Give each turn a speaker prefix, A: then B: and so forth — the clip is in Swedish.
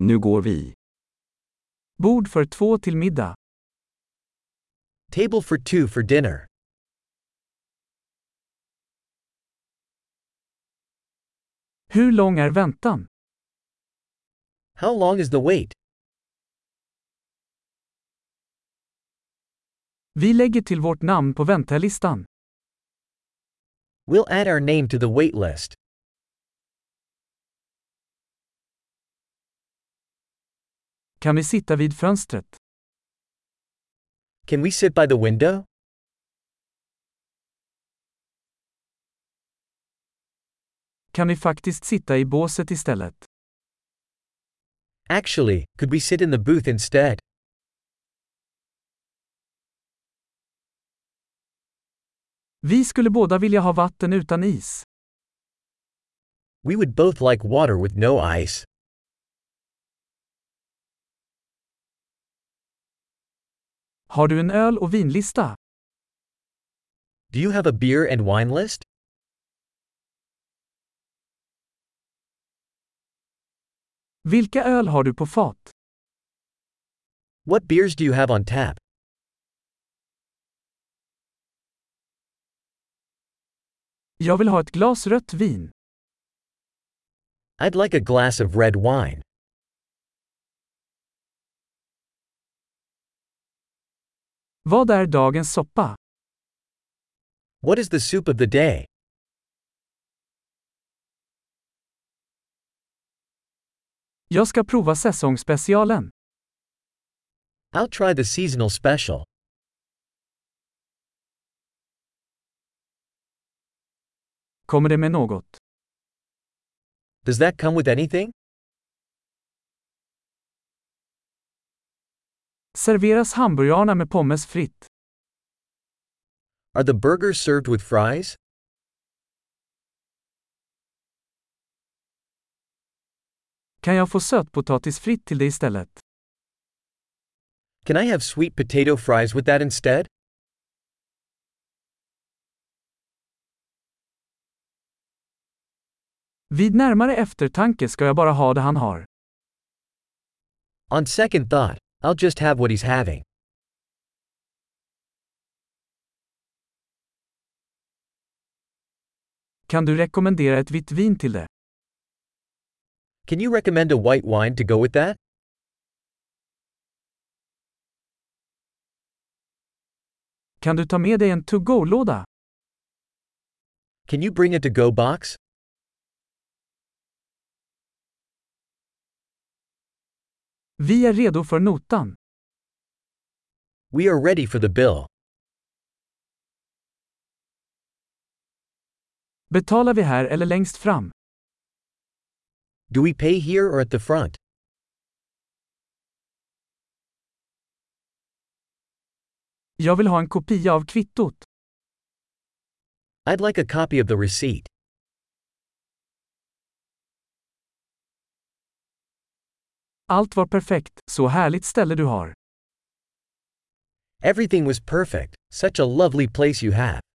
A: Nu går vi.
B: Bord för två till middag.
C: Table for two for dinner.
B: Hur lång är väntan?
C: How long is the wait?
B: Vi lägger till vårt namn på väntelistan.
C: We'll add our name to the wait list.
B: Kan vi sitta vid fönstret?
C: Can we sit by the window?
B: Kan vi faktiskt sitta i båset istället?
C: Actually, could we sit in the booth instead?
B: Vi skulle båda vilja ha vatten utan is.
C: We would both like water with no ice.
B: Har du en öl och vinlista?
C: Do you have a beer and wine list?
B: Vilka öl har du på fat?
C: What beers do you have on tap?
B: Jag vill ha ett glas rött vin.
C: I'd like a glass of red wine.
B: Vad är dagens soppa?
C: What is the soup of the day?
B: Jag ska prova säsongsspecialen.
C: I'll try the seasonal special.
B: Kommer det med något?
C: Does that come with anything?
B: Serveras hamburgarna med pommes fritt?
C: Are the burgers served with fries?
B: Kan jag få sötpotatis fritt till det istället?
C: Can I have sweet potato fries with that instead?
B: Vid närmare eftertanke ska jag bara ha det han har.
C: On second thought, I'll just have what he's having.
B: Kan du rekommendera ett vitt vin till det?
C: Can you recommend a white wine to go with that?
B: Kan du ta med dig en to-go-låda?
C: Can you bring a to go box?
B: Vi är redo för notan.
C: We are ready for the bill.
B: Betalar vi här eller längst fram?
C: Do we pay here or at the front?
B: Jag vill ha en kopia av kvittot.
C: I'd like a copy of the receipt.
B: Allt var perfekt, så härligt ställe du har.
C: Everything was perfect, such a lovely place you have.